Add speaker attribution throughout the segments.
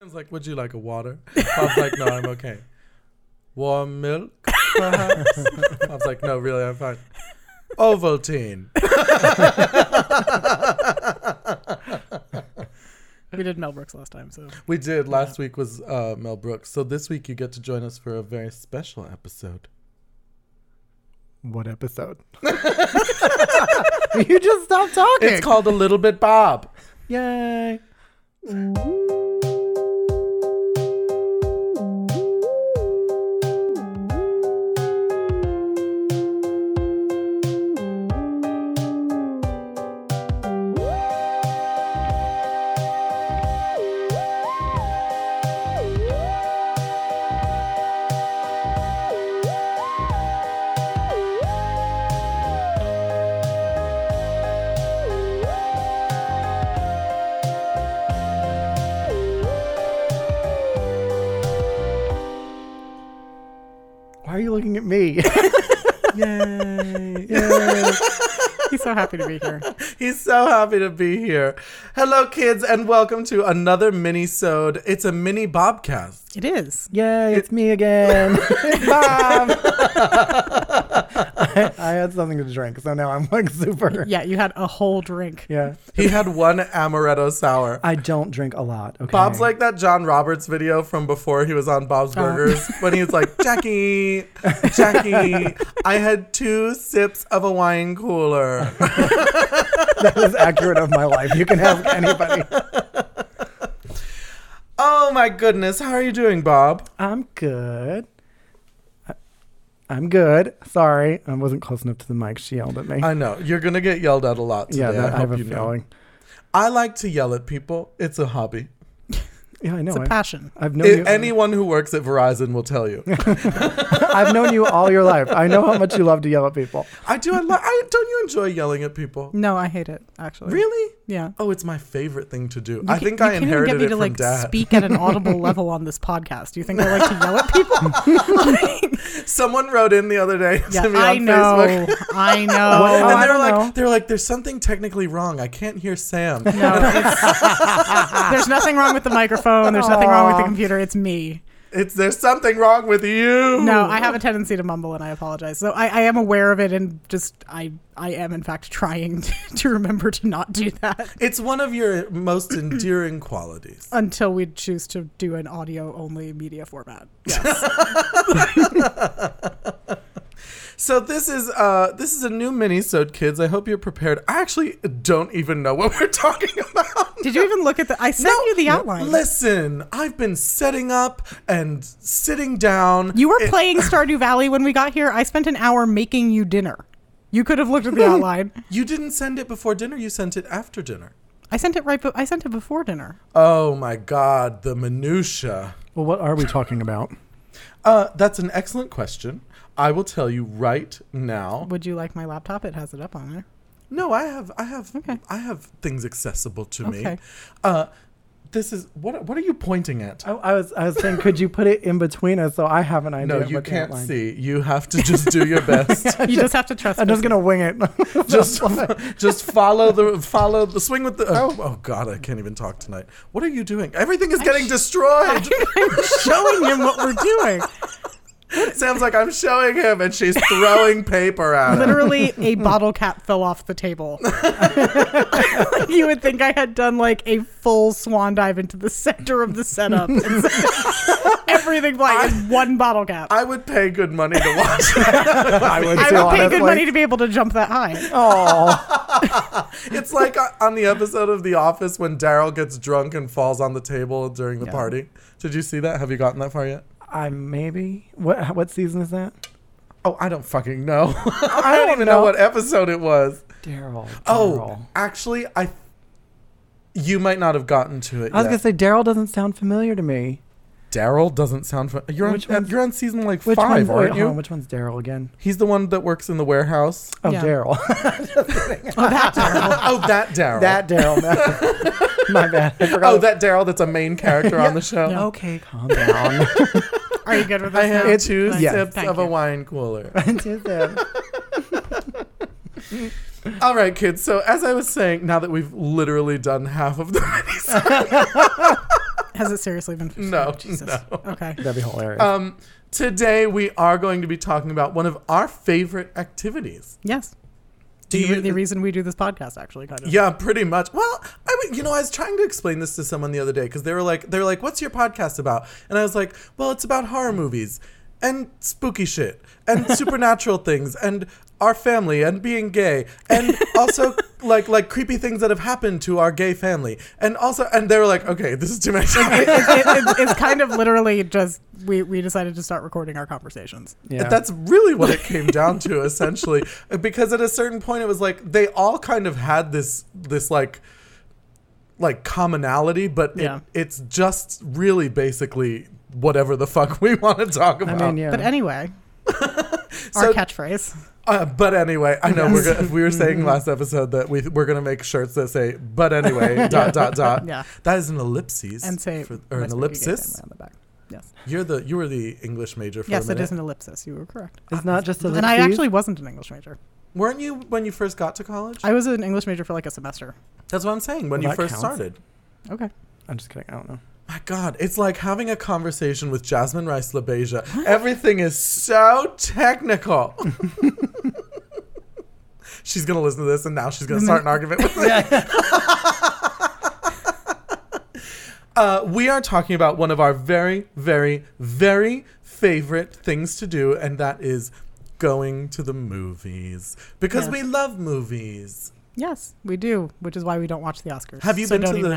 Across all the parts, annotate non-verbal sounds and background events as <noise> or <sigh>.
Speaker 1: Kevin's like, "Would you like a water?" Bob's like, "No, I'm okay." Warm milk, perhaps. Bob's like, "No, really, I'm fine." Ovaltine.
Speaker 2: We did Mel Brooks last time, so
Speaker 1: We did last week was uh, Mel Brooks, so this week you get to join us for a very special episode.
Speaker 3: What episode? <laughs> you just stopped talking.
Speaker 1: It's called a little bit Bob.
Speaker 3: Yay. Why are you looking at me? <laughs>
Speaker 2: <laughs>
Speaker 1: Yay!
Speaker 2: he's so happy to be here.
Speaker 1: He's so happy to be here. Hello, kids, and welcome to another mini-sode. It's a mini Bobcast.
Speaker 2: It is.
Speaker 3: Yay, it's me again. <laughs> It's Bob. <laughs> I, I had something to drink, so now I'm like super.
Speaker 2: Yeah, you had a whole drink.
Speaker 3: Yeah.
Speaker 1: He had one amaretto sour.
Speaker 3: I don't drink a lot. Okay.
Speaker 1: Bob's
Speaker 3: <laughs>
Speaker 1: like that John Roberts video from before he was on Bob's
Speaker 2: Oh.
Speaker 1: Burgers when he was like,
Speaker 2: <laughs>
Speaker 1: Jackie, Jackie, I had two sips of a wine cooler.
Speaker 3: that is accurate of my life. You can ask <laughs> anybody.
Speaker 1: Oh my goodness. How are you doing, Bob?
Speaker 3: I'm good. I- I'm good. Sorry, I wasn't close enough to the mic. She yelled at me.
Speaker 1: I know. You're going to get yelled at a lot today.
Speaker 3: yeah, that, I, have
Speaker 1: hope
Speaker 3: a
Speaker 1: you know.
Speaker 3: feeling.
Speaker 1: I like to yell at people, it's a hobby.
Speaker 3: Yeah, I know.
Speaker 2: It's a
Speaker 3: I've,
Speaker 2: passion.
Speaker 3: I've known
Speaker 1: If-
Speaker 3: you.
Speaker 1: anyone who works at Verizon will tell
Speaker 2: <laughs>
Speaker 1: you.
Speaker 3: <laughs> I've known you all your life. I know how much you love to yell at <laughs> people.
Speaker 1: I do. I, li- I Don't you enjoy yelling at people?
Speaker 2: No, I hate it actually.
Speaker 1: Really?
Speaker 2: Yeah.
Speaker 1: Oh, it's my favorite thing to do.
Speaker 2: You
Speaker 1: I
Speaker 2: ca-
Speaker 1: think
Speaker 2: you
Speaker 1: I
Speaker 2: can't even
Speaker 1: inherited
Speaker 2: get me
Speaker 1: it
Speaker 2: to
Speaker 1: from
Speaker 2: like
Speaker 1: dad.
Speaker 2: speak at an audible level on this podcast. Do you think I like to yell
Speaker 1: <laughs>
Speaker 2: at people?
Speaker 1: <laughs> Someone wrote in the other day
Speaker 2: Yeah,
Speaker 1: to me
Speaker 2: I
Speaker 1: on Facebook. <laughs>
Speaker 2: know. Oh, I
Speaker 3: Well,
Speaker 2: know.
Speaker 3: I
Speaker 1: and they're
Speaker 3: don't
Speaker 1: like,
Speaker 3: know.
Speaker 1: they're like, there's something technically wrong. I can't hear Sam. <laughs>
Speaker 2: No, it's- there's nothing wrong with the microphone. There's nothing wrong with the
Speaker 3: Aw.
Speaker 2: computer. It's me.
Speaker 1: It's there's something wrong with you.
Speaker 2: No, I have a tendency to mumble, and I apologize. So I, I am aware of it, and just I, I am in fact trying <laughs> to, to remember to not
Speaker 1: <laughs>
Speaker 2: do that
Speaker 1: It's one of your most endearing qualities.
Speaker 2: until we choose to do an audio only media format.
Speaker 1: So this is uh this is a new minisode, kids. I hope you're prepared. I actually don't even know what we're <laughs> talking about.
Speaker 2: Did you even look at the? I sent you the outline.
Speaker 1: Listen, I've been setting up and sitting down.
Speaker 2: you were
Speaker 1: It-
Speaker 2: playing Stardew Valley when we got here. I spent an hour making you dinner. You could have looked at the outline.
Speaker 1: You didn't send it before dinner. You sent it after dinner.
Speaker 2: I sent it right. Be- I sent it before dinner.
Speaker 1: Oh my God, the minutia.
Speaker 3: Well, what are we talking about?
Speaker 1: Uh, that's an excellent question. I will tell you right now.
Speaker 2: Would you like my laptop? It has it up on there.
Speaker 1: No, I have, I have,
Speaker 2: Okay.
Speaker 1: I have things accessible to me.
Speaker 2: Okay.
Speaker 1: Uh, this is what? What are you pointing at?
Speaker 3: I, I was I was saying, could you put it in between us so I have an idea?
Speaker 1: no,
Speaker 3: of
Speaker 1: you
Speaker 3: what the
Speaker 1: can't
Speaker 3: outline-
Speaker 1: see. You have to just do your best.
Speaker 2: You just have to trust.
Speaker 3: I'm just
Speaker 2: me.
Speaker 3: gonna wing it.
Speaker 2: <laughs>
Speaker 1: just, <laughs> just follow the follow the swing with the. Oh, oh God, I can't even talk tonight. What are you doing? Everything is getting destroyed. <laughs>
Speaker 2: showing him what we're doing.
Speaker 1: Sam's like, I'm showing him, and she's throwing paper at him.
Speaker 2: <laughs> Literally, a bottle cap fell off the table. <laughs> Like, you would think I had done like a full swan dive into the center of the setup. <laughs> Everything like in one bottle cap. I,
Speaker 1: I would pay good money to watch that.
Speaker 3: I would
Speaker 2: would
Speaker 3: too,
Speaker 2: pay
Speaker 3: honestly.
Speaker 2: good money to be able to jump that high. <laughs>
Speaker 3: Aw.
Speaker 1: It's like uh, on the episode of The Office when Daryl gets drunk and falls on the table during the
Speaker 2: Yeah.
Speaker 1: party. Did you see that? Have you gotten that far yet?
Speaker 3: I maybe what what season is that?
Speaker 1: Oh, I don't fucking <laughs> know. I
Speaker 3: I
Speaker 1: don't
Speaker 3: don't
Speaker 1: even know
Speaker 3: know.
Speaker 1: what episode it was.
Speaker 3: Daryl.
Speaker 1: Oh,
Speaker 3: Daryl.
Speaker 1: actually, I. You might not have gotten to it.
Speaker 3: I was
Speaker 1: yet.
Speaker 3: gonna say Daryl doesn't sound familiar to me.
Speaker 1: Daryl doesn't sound. Fun. You're
Speaker 3: Which
Speaker 1: on.
Speaker 3: one's-
Speaker 1: You're on season like
Speaker 3: Which
Speaker 1: five,
Speaker 3: one's, wait,
Speaker 1: aren't
Speaker 3: hold
Speaker 1: you?
Speaker 3: on, which one's Daryl again?
Speaker 1: He's the one that works in the warehouse.
Speaker 3: Oh,
Speaker 2: Yeah.
Speaker 1: <laughs>
Speaker 3: Daryl. <laughs>
Speaker 2: <laughs> Oh, that terrible.
Speaker 1: oh, that Daryl.
Speaker 3: that
Speaker 1: <laughs>
Speaker 3: Daryl. no. My bad. I forgot.
Speaker 1: Oh, that Daryl. That's a main character
Speaker 3: <laughs>
Speaker 1: on the show.
Speaker 2: Yeah.
Speaker 3: Okay, calm down.
Speaker 1: <laughs>
Speaker 3: <laughs>
Speaker 2: Are you good with
Speaker 1: Oh, I
Speaker 2: this? now?
Speaker 1: have
Speaker 3: It's-
Speaker 1: two
Speaker 2: Thank you.
Speaker 1: sips
Speaker 2: Thank
Speaker 1: of a
Speaker 2: you.
Speaker 1: wine cooler.
Speaker 3: It is him.
Speaker 1: All right, kids. <laughs> So as I was saying, now that we've literally done half of the
Speaker 2: Has it seriously been fixed?
Speaker 1: No,
Speaker 2: Jesus.
Speaker 1: no.
Speaker 2: Okay.
Speaker 3: That'd be hilarious.
Speaker 1: Um, today we are going to be talking about one of our favorite activities.
Speaker 2: Yes.
Speaker 1: Do
Speaker 2: The-
Speaker 1: you-
Speaker 2: the reason we do this podcast, actually, kind of.
Speaker 1: Yeah, pretty much. Well, I mean, you know, I was trying to explain this to someone the other day because they were like, they're like, "What's your podcast about?" And I was like, "Well, it's about horror movies and spooky shit <laughs> and supernatural things and our family and being gay and also like like creepy things that have happened to our gay family and also and they were like, "Okay, this is too <laughs> much."
Speaker 2: It- it- it- it's kind of literally just we, we decided to start recording our conversations.
Speaker 3: yeah.
Speaker 1: That's really what it came down to, essentially. <laughs> Because at a certain point, it was like they all kind of had this this like like commonality, but it-
Speaker 2: Yeah.
Speaker 1: it's just really basically whatever the fuck we <laughs> want to talk
Speaker 3: I
Speaker 1: about.
Speaker 3: mean, yeah.
Speaker 1: <laughs>
Speaker 2: But anyway,
Speaker 1: So-
Speaker 2: our catchphrase.
Speaker 1: Uh, but anyway, I know we're
Speaker 2: Yes. Mm-hmm.
Speaker 1: gonna, we were saying last episode that we we're gonna make shirts that say "but anyway" dot dot dot.
Speaker 2: <laughs> Yeah.
Speaker 1: That is an ellipses
Speaker 2: And say
Speaker 1: for- or
Speaker 2: my
Speaker 1: an
Speaker 2: spooky gay
Speaker 1: ellipsis.
Speaker 2: family on the back. Yes.
Speaker 1: You're the you were the English major for
Speaker 2: Yes,
Speaker 1: a
Speaker 2: it
Speaker 1: minute.
Speaker 2: is an ellipsis. You were correct.
Speaker 3: it's not just a
Speaker 2: And I actually wasn't an English major.
Speaker 1: Weren't you when you first got to college?
Speaker 2: I was an English major for like a semester.
Speaker 1: That's what I'm saying. When
Speaker 3: Well,
Speaker 1: you
Speaker 3: that
Speaker 1: first
Speaker 3: counts.
Speaker 1: started.
Speaker 2: Okay.
Speaker 3: I'm just kidding. I don't know.
Speaker 1: My God, it's like having a conversation with Jasmine Rice LaBeija. Everything is so technical. <laughs> she's gonna listen to this, and now she's gonna start an argument with me. uh, we are talking about one of our very, very, very favorite things to do, and that is going to the movies because
Speaker 2: Yes.
Speaker 1: we love movies.
Speaker 2: Yes, we do, which is why we don't watch the Oscars.
Speaker 1: Have you
Speaker 2: so
Speaker 1: been
Speaker 2: don't
Speaker 1: to
Speaker 2: even
Speaker 1: the?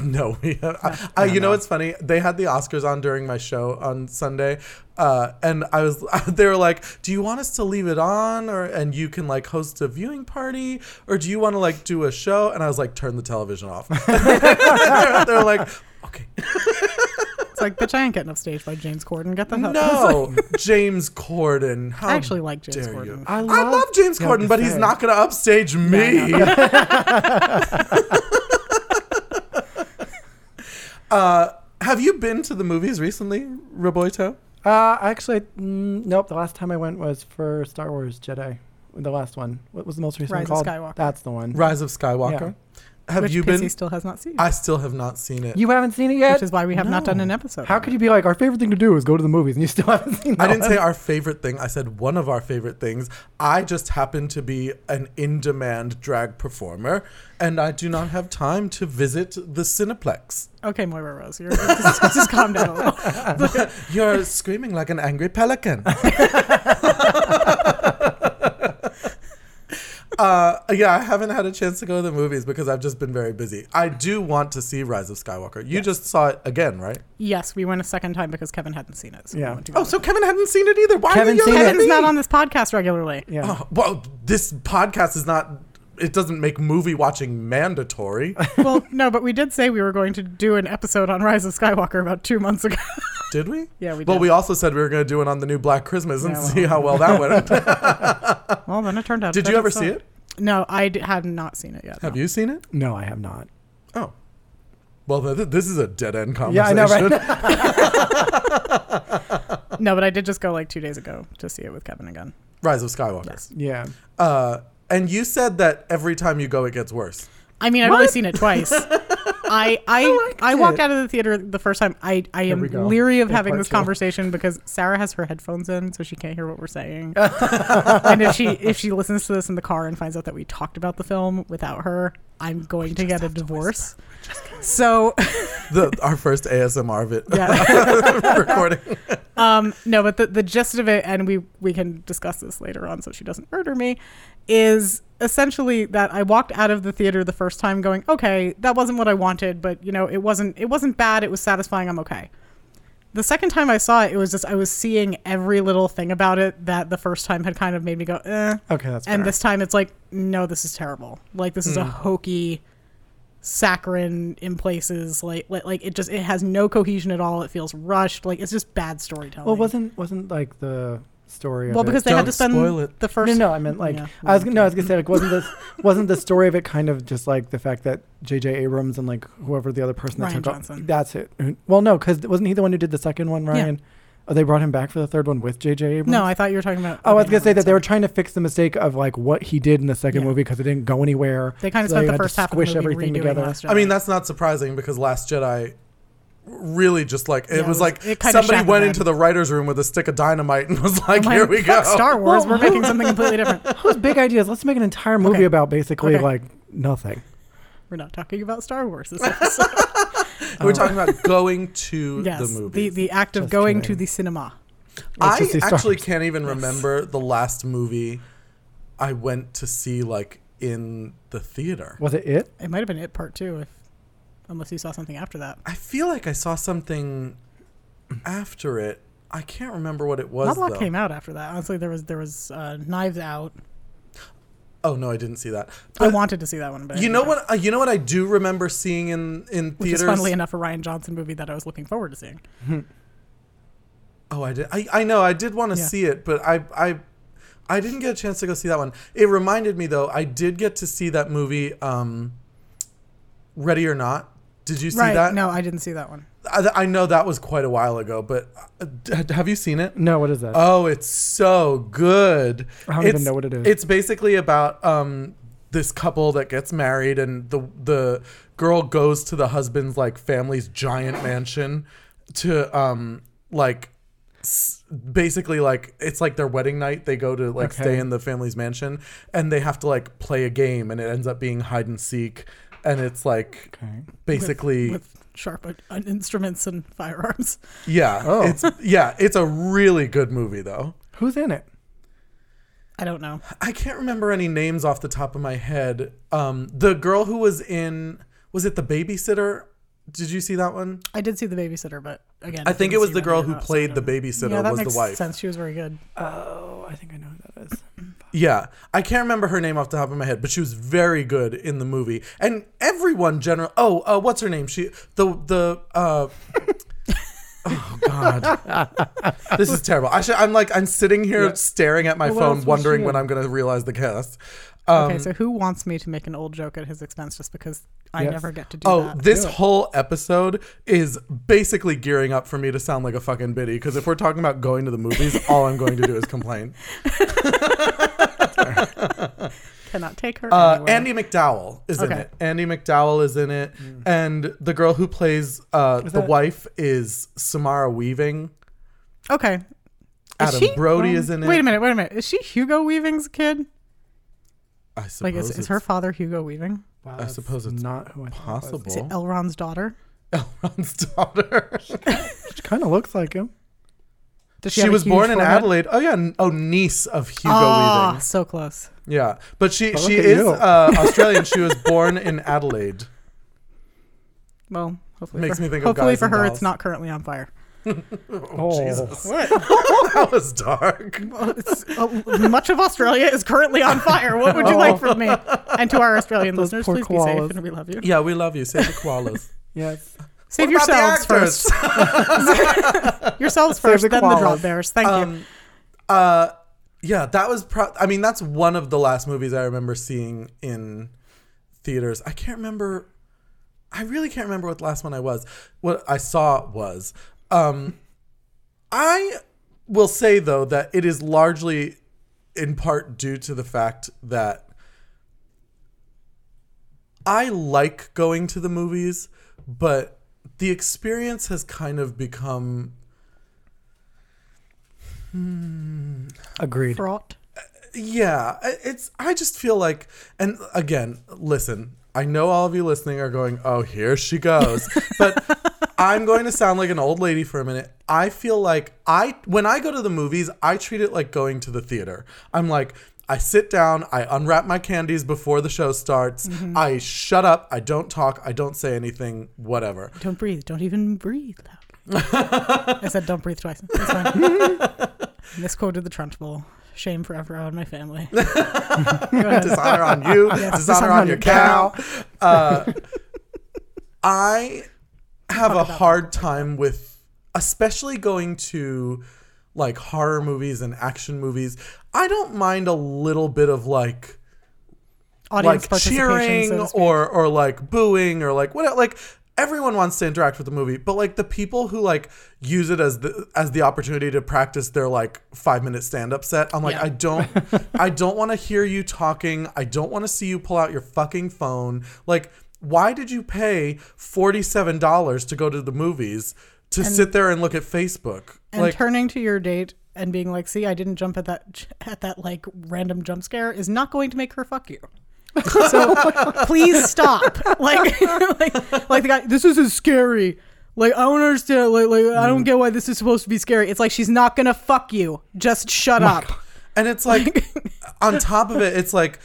Speaker 1: <laughs> no, we have. I, I, you know what's funny? They had the Oscars on during my show on Sunday, uh, and I was. <laughs> They were like, "Do you want us to leave it on, or and you can like host a viewing party, or do you want to like do a show?" And I was like, "Turn the television off." <laughs> they're, they're like,
Speaker 2: <laughs>
Speaker 1: "Okay,
Speaker 2: It's like, bitch, I ain't getting upstaged by James Corden. Get the hell <laughs>
Speaker 1: no, James Corden." How
Speaker 2: I actually like James
Speaker 1: dare you.
Speaker 2: Corden.
Speaker 3: <laughs> I
Speaker 1: I love James
Speaker 3: Yeah, I was
Speaker 1: Corden,
Speaker 3: gonna
Speaker 1: but he's
Speaker 3: say.
Speaker 1: not going to upstage me. <laughs> uh, have you been to the movies recently, Roboito?
Speaker 3: Uh, actually, mm, nope. The last time I went was for Star Wars Jedi, the last one. What was the most recent
Speaker 2: Rise
Speaker 3: one
Speaker 2: of
Speaker 3: called?
Speaker 2: Skywalker.
Speaker 3: That's the one.
Speaker 1: Rise of Skywalker. Have
Speaker 2: which
Speaker 1: you
Speaker 2: Pissy
Speaker 1: been?
Speaker 2: still has not seen,
Speaker 1: I still have not seen it.
Speaker 3: You haven't seen it
Speaker 2: which
Speaker 3: yet.
Speaker 2: is why we have not done an episode.
Speaker 3: How could you be like our favorite thing to do is go to the movies and you still <laughs> haven't seen?
Speaker 1: I
Speaker 3: that
Speaker 1: didn't
Speaker 3: one?
Speaker 1: say our favorite thing. I said one of our favorite things. I just happen to be an in-demand drag performer, and I do not have time to visit the Cineplex.
Speaker 2: Okay, Moira Rose, you're, <laughs> just, just calm down a little.
Speaker 1: <laughs> You're screaming like an angry <laughs> pelican. uh, yeah, I haven't had a chance to go to the movies because I've just been very busy. I do want to see Rise of Skywalker. You just saw it again, right?
Speaker 2: Yes, we went a second time because Kevin hadn't seen it. So
Speaker 3: Yeah.
Speaker 2: We went to go
Speaker 1: Oh, so Kevin hadn't seen it either. Why
Speaker 3: Kevin's
Speaker 1: are you
Speaker 3: seen
Speaker 1: yelling at me?
Speaker 2: Kevin's not on this podcast
Speaker 1: <laughs>
Speaker 2: regularly.
Speaker 3: Yeah.
Speaker 1: Oh, well, this podcast is not. It doesn't make movie watching <laughs> mandatory.
Speaker 2: well, no, but we did say we were going to do an episode on Rise of Skywalker about two months ago.
Speaker 1: Did we?
Speaker 2: Yeah, we
Speaker 1: Well,
Speaker 2: did.
Speaker 1: we also said we were going to do it on the new Black Christmas and
Speaker 2: Yeah,
Speaker 1: see how well that <laughs> went.
Speaker 2: well, then it turned out.
Speaker 1: Did
Speaker 2: that
Speaker 1: you ever
Speaker 2: it's
Speaker 1: see
Speaker 2: not-
Speaker 1: it?
Speaker 2: No, I d- have not seen it yet.
Speaker 1: Have
Speaker 2: no.
Speaker 1: you seen it?
Speaker 3: No, I have not.
Speaker 1: Oh. Well, th- th- this is a dead end
Speaker 3: Yeah, I
Speaker 1: conversation.
Speaker 3: know, right?
Speaker 2: No, but I did just go like two days ago to see it with Kevin again.
Speaker 1: Rise of Skywalker.
Speaker 2: Yes.
Speaker 3: Yeah.
Speaker 1: Uh, and you said that every time you go, it gets worse.
Speaker 2: I mean, I've only seen it twice.
Speaker 1: <laughs>
Speaker 2: I I I, walked out of the theater the first time. I I am
Speaker 3: we go.
Speaker 2: leery of
Speaker 3: Yeah,
Speaker 2: having
Speaker 3: part
Speaker 2: this
Speaker 3: two.
Speaker 2: conversation because Sarah has her headphones in, so she can't hear what
Speaker 1: <laughs>
Speaker 2: we're saying. and if she if she listens to this in the car and finds out that we talked about the film without her, I'm going to get a divorce. So <laughs>
Speaker 1: The, our first ASMR of it <laughs>
Speaker 2: yeah.
Speaker 1: recording.
Speaker 2: um, no, but the, the gist of it, and we, we can discuss this later on so she doesn't murder me, is essentially that I walked out of the theater the first time going, okay, that wasn't what I wanted, but you know, it wasn't it wasn't bad, it was satisfying, I'm okay. The second time I saw it, it was just I was seeing every little thing about it that the first time had kind of made me go, eh.
Speaker 3: Okay, that's
Speaker 2: And
Speaker 3: fair.
Speaker 2: this time it's Hmm. like, no, this is terrible. Like this is a hokey saccharine in places like, like like it just it has no cohesion at all it feels rushed like it's just bad storytelling
Speaker 3: Well, wasn't wasn't like the story?
Speaker 2: well
Speaker 3: of it-
Speaker 2: because they had
Speaker 1: Don't
Speaker 2: to spend
Speaker 1: spoil it.
Speaker 2: the first
Speaker 3: No, no, I meant like
Speaker 2: Yeah,
Speaker 3: I was. gonna- No, I was gonna say like wasn't this wasn't the story of it kind of just like the fact that J.J. Abrams and like whoever the other person that
Speaker 2: Ryan
Speaker 3: took
Speaker 2: Johnson.
Speaker 3: Off, that's it. Well, no, because wasn't he the one who did the second one,
Speaker 2: Yeah.
Speaker 3: Ryan? Oh, they brought him back for the third one with J.J. Abrams.
Speaker 2: no i thought you were talking about
Speaker 3: Oh, I was
Speaker 2: Oppenheimer,
Speaker 3: gonna say that they
Speaker 2: sorry.
Speaker 3: were trying to fix the mistake of like what he did in the second
Speaker 2: Yeah.
Speaker 3: movie because it didn't go anywhere.
Speaker 2: they kind of
Speaker 3: so
Speaker 2: spent the
Speaker 3: had to
Speaker 2: first half of the
Speaker 3: squish
Speaker 2: movie
Speaker 3: everything
Speaker 2: redoing
Speaker 3: together.
Speaker 2: Last Jedi.
Speaker 1: I mean, that's not surprising because Last Jedi really just like it
Speaker 2: Yeah, it
Speaker 1: was
Speaker 2: was-
Speaker 1: like
Speaker 2: it kinda
Speaker 1: somebody
Speaker 2: shackled
Speaker 1: went
Speaker 2: them.
Speaker 1: into the writer's room with a stick of dynamite and was like,
Speaker 2: I'm
Speaker 1: "Here
Speaker 2: like,
Speaker 1: we go."
Speaker 2: "Fuck Star Wars.
Speaker 3: Well,
Speaker 2: We're making <laughs> something completely different.
Speaker 3: Those big ideas. Let's make an entire movie
Speaker 2: Okay.
Speaker 3: about basically
Speaker 2: Okay.
Speaker 3: like nothing.
Speaker 2: We're not talking about Star Wars. <laughs> This episode.
Speaker 1: <laughs> We're talking about going to
Speaker 2: yes,
Speaker 1: the
Speaker 2: the,
Speaker 1: movie.
Speaker 2: the, act of
Speaker 3: Just
Speaker 2: going to
Speaker 3: kidding.
Speaker 2: the cinema.
Speaker 3: Let's
Speaker 1: I
Speaker 3: just say Star
Speaker 1: actually
Speaker 3: Wars.
Speaker 1: can't even remember the last movie I went to see like in the theater.
Speaker 3: Was it it?
Speaker 2: It might have been it part two, if unless you saw something after that.
Speaker 1: I feel like I saw something after it. I can't remember what it was.
Speaker 2: Not a lot
Speaker 1: though.
Speaker 2: came out after that. Honestly, there was there was uh, Knives Out.
Speaker 1: Oh no, I didn't see that.
Speaker 2: I
Speaker 1: But
Speaker 2: wanted to see that one, but I
Speaker 1: you
Speaker 2: didn't
Speaker 1: know
Speaker 2: go.
Speaker 1: what? Uh, you know what I do remember seeing in in
Speaker 2: Which is
Speaker 1: theaters.
Speaker 2: funnily enough a Ryan Johnson movie that I was looking forward to seeing.
Speaker 1: Oh, I did. I, I know. I did want to
Speaker 2: Yeah.
Speaker 1: see it, but I I I didn't get a chance to go see that one. It reminded me though. I did get to see that movie, um, Ready or Not. Did you see
Speaker 2: right?
Speaker 1: that?
Speaker 2: No, I didn't see that one.
Speaker 1: I, I know that was quite a while ago, but uh, d- have you seen it?
Speaker 3: No, what is that?
Speaker 1: Oh, it's so good.
Speaker 3: I don't
Speaker 1: it's,
Speaker 3: even know what it is.
Speaker 1: It's basically about um this couple that gets married and the the girl goes to the husband's like family's giant mansion to um like s- basically like it's like their wedding night they go to like
Speaker 3: Okay.
Speaker 1: stay in the family's mansion and they have to like play a game and it ends up being hide and seek and it's like
Speaker 3: okay.
Speaker 1: basically
Speaker 2: with sharp uh, uh, instruments and firearms.
Speaker 1: yeah
Speaker 3: Oh.
Speaker 1: it's yeah it's a really good movie though
Speaker 3: Who's in it?
Speaker 2: I don't know.
Speaker 1: I can't remember any names off the top of my head. Um, the girl who was in was it the babysitter? Did you see that one?
Speaker 2: I did see the babysitter, but again,
Speaker 1: I think it
Speaker 2: didn't
Speaker 1: was
Speaker 2: see
Speaker 1: the
Speaker 2: that
Speaker 1: girl
Speaker 2: one
Speaker 1: who
Speaker 2: or not, so I
Speaker 1: played the
Speaker 2: don't know.
Speaker 1: babysitter
Speaker 2: Yeah, that
Speaker 1: was
Speaker 2: makes
Speaker 1: the wife.
Speaker 2: sense. She was very good.
Speaker 3: Oh, I think I know who that is.
Speaker 1: Yeah, I can't remember her name off the top of my head, but she was very good in the movie. And everyone general. Oh, uh, what's her name? She the the. Uh, <laughs> oh God, this is terrible. I should, I'm like I'm sitting here
Speaker 3: Yeah.
Speaker 1: staring at my
Speaker 3: Well, what else
Speaker 1: phone,
Speaker 3: was
Speaker 1: wondering
Speaker 3: she
Speaker 1: when
Speaker 3: in?
Speaker 1: I'm going to realize the cast.
Speaker 2: okay,
Speaker 1: Um,
Speaker 2: so who wants me to make an old joke at his expense just because I
Speaker 3: Yes.
Speaker 2: never get to do
Speaker 1: Oh,
Speaker 2: that?
Speaker 1: this whole episode is basically gearing up for me to sound like a fucking biddy because if we're talking about going to the
Speaker 2: <laughs>
Speaker 1: movies, all I'm going to do is complain.
Speaker 2: Cannot take her.
Speaker 1: Uh,
Speaker 2: anywhere.
Speaker 1: Andy McDowell is in
Speaker 2: Okay. Mm.
Speaker 1: it. Andy McDowell is in it, and the girl who plays uh, the
Speaker 3: that-
Speaker 1: wife is Samara Weaving.
Speaker 2: Okay. Is
Speaker 1: Adam
Speaker 2: she-
Speaker 1: Brody
Speaker 2: um,
Speaker 1: is in it.
Speaker 2: Wait a minute. Wait a minute. Is she Hugo Weaving's kid?
Speaker 1: I suppose
Speaker 2: Like, is, is
Speaker 1: it's
Speaker 2: her father Hugo Weaving?
Speaker 3: Wow,
Speaker 1: I suppose it's
Speaker 3: not who I thought it was.
Speaker 2: Is it
Speaker 1: possible.
Speaker 2: Elrond's daughter?
Speaker 1: <laughs> Elrond's daughter.
Speaker 3: She kind of looks like him.
Speaker 2: Does
Speaker 1: She
Speaker 2: have a
Speaker 1: was
Speaker 2: huge
Speaker 1: born in
Speaker 2: forehead?
Speaker 1: Adelaide. Oh yeah, n- oh niece of Hugo
Speaker 2: Ah,
Speaker 1: Weaving.
Speaker 2: so close.
Speaker 1: Yeah, but she
Speaker 3: But
Speaker 1: she
Speaker 3: look at
Speaker 1: is
Speaker 3: you.
Speaker 1: uh, Australian. she was born in Adelaide.
Speaker 2: Well, hopefully,
Speaker 1: Makes
Speaker 2: for,
Speaker 1: me think of
Speaker 2: hopefully
Speaker 1: guys
Speaker 2: for
Speaker 1: and
Speaker 2: her,
Speaker 1: dolls.
Speaker 2: it's not currently on fire.
Speaker 3: Oh,
Speaker 1: Jesus.
Speaker 2: What?
Speaker 1: <laughs> that was dark.
Speaker 2: It's- uh, <laughs> much of Australia is currently on fire. What would you like
Speaker 1: <laughs>
Speaker 2: from me?
Speaker 1: Oh.
Speaker 2: And to our Australian
Speaker 3: Those
Speaker 2: listeners,
Speaker 3: poor
Speaker 2: please be safe
Speaker 3: koalas.
Speaker 2: and we love you.
Speaker 1: Yeah, we love you. Save the koalas.
Speaker 3: Yes.
Speaker 2: Save
Speaker 1: What about the
Speaker 2: yourselves
Speaker 1: actors?
Speaker 2: first. yourselves
Speaker 1: <laughs>
Speaker 3: Save
Speaker 2: first, <laughs>
Speaker 3: the
Speaker 2: then the drop
Speaker 3: koalas.
Speaker 2: bears. Thank you.
Speaker 1: Um, uh, yeah, that was. Pro- I mean, that's one of the last movies I remember seeing in theaters. I can't remember. I really can't remember what the last one I was. What I saw was. Um, I will say though that it is largely, in part, due to the fact that I like going to the movies, but the experience has kind of become
Speaker 3: Agreed.
Speaker 2: Fraught.
Speaker 1: yeah I- it's i just feel like and again listen i know all of you listening are going oh here she goes but i'm going to sound like an old lady for a minute i feel like i when i go to the movies i treat it like going to the theater i'm like I sit down, I unwrap my candies before the show starts. I shut up, I don't talk, I don't say anything, whatever.
Speaker 2: Don't breathe. Don't even breathe loud.
Speaker 1: <laughs>
Speaker 2: I said don't breathe twice. That's fine. Misquoted the Trunchbull. Shame forever on my family. Go
Speaker 1: <laughs>
Speaker 2: ahead.
Speaker 1: dishonor on you, dishonor on your cow. Uh, I have a hard time with, especially going to like horror movies and action movies. I don't mind a little bit of like
Speaker 2: Audience
Speaker 1: like
Speaker 2: participation.
Speaker 1: cheering
Speaker 2: so to speak.
Speaker 1: or or like booing or like what like everyone wants to interact with the movie but like the people who like use it as the as the opportunity to practice their like 5 minute stand up set I'm like
Speaker 2: Yeah.
Speaker 1: I
Speaker 2: <laughs>
Speaker 1: don't I don't want to hear you talking I don't want to see you pull out your fucking phone like why did you pay $47 to go to the movies to sit there and look at Facebook?
Speaker 2: and
Speaker 1: like,
Speaker 2: turning to your date and being like, "See, I didn't jump at that at that like random jump scare," is not going to make her
Speaker 1: <laughs>
Speaker 2: fuck you. so please stop. <laughs> Like, like, like the guy. This isn't scary. Like, I don't understand. Like, like I
Speaker 1: Mm.
Speaker 2: don't get why this is supposed to be scary. It's like she's not gonna fuck you. Just shut up.
Speaker 1: and it's like, on top of it, it's like,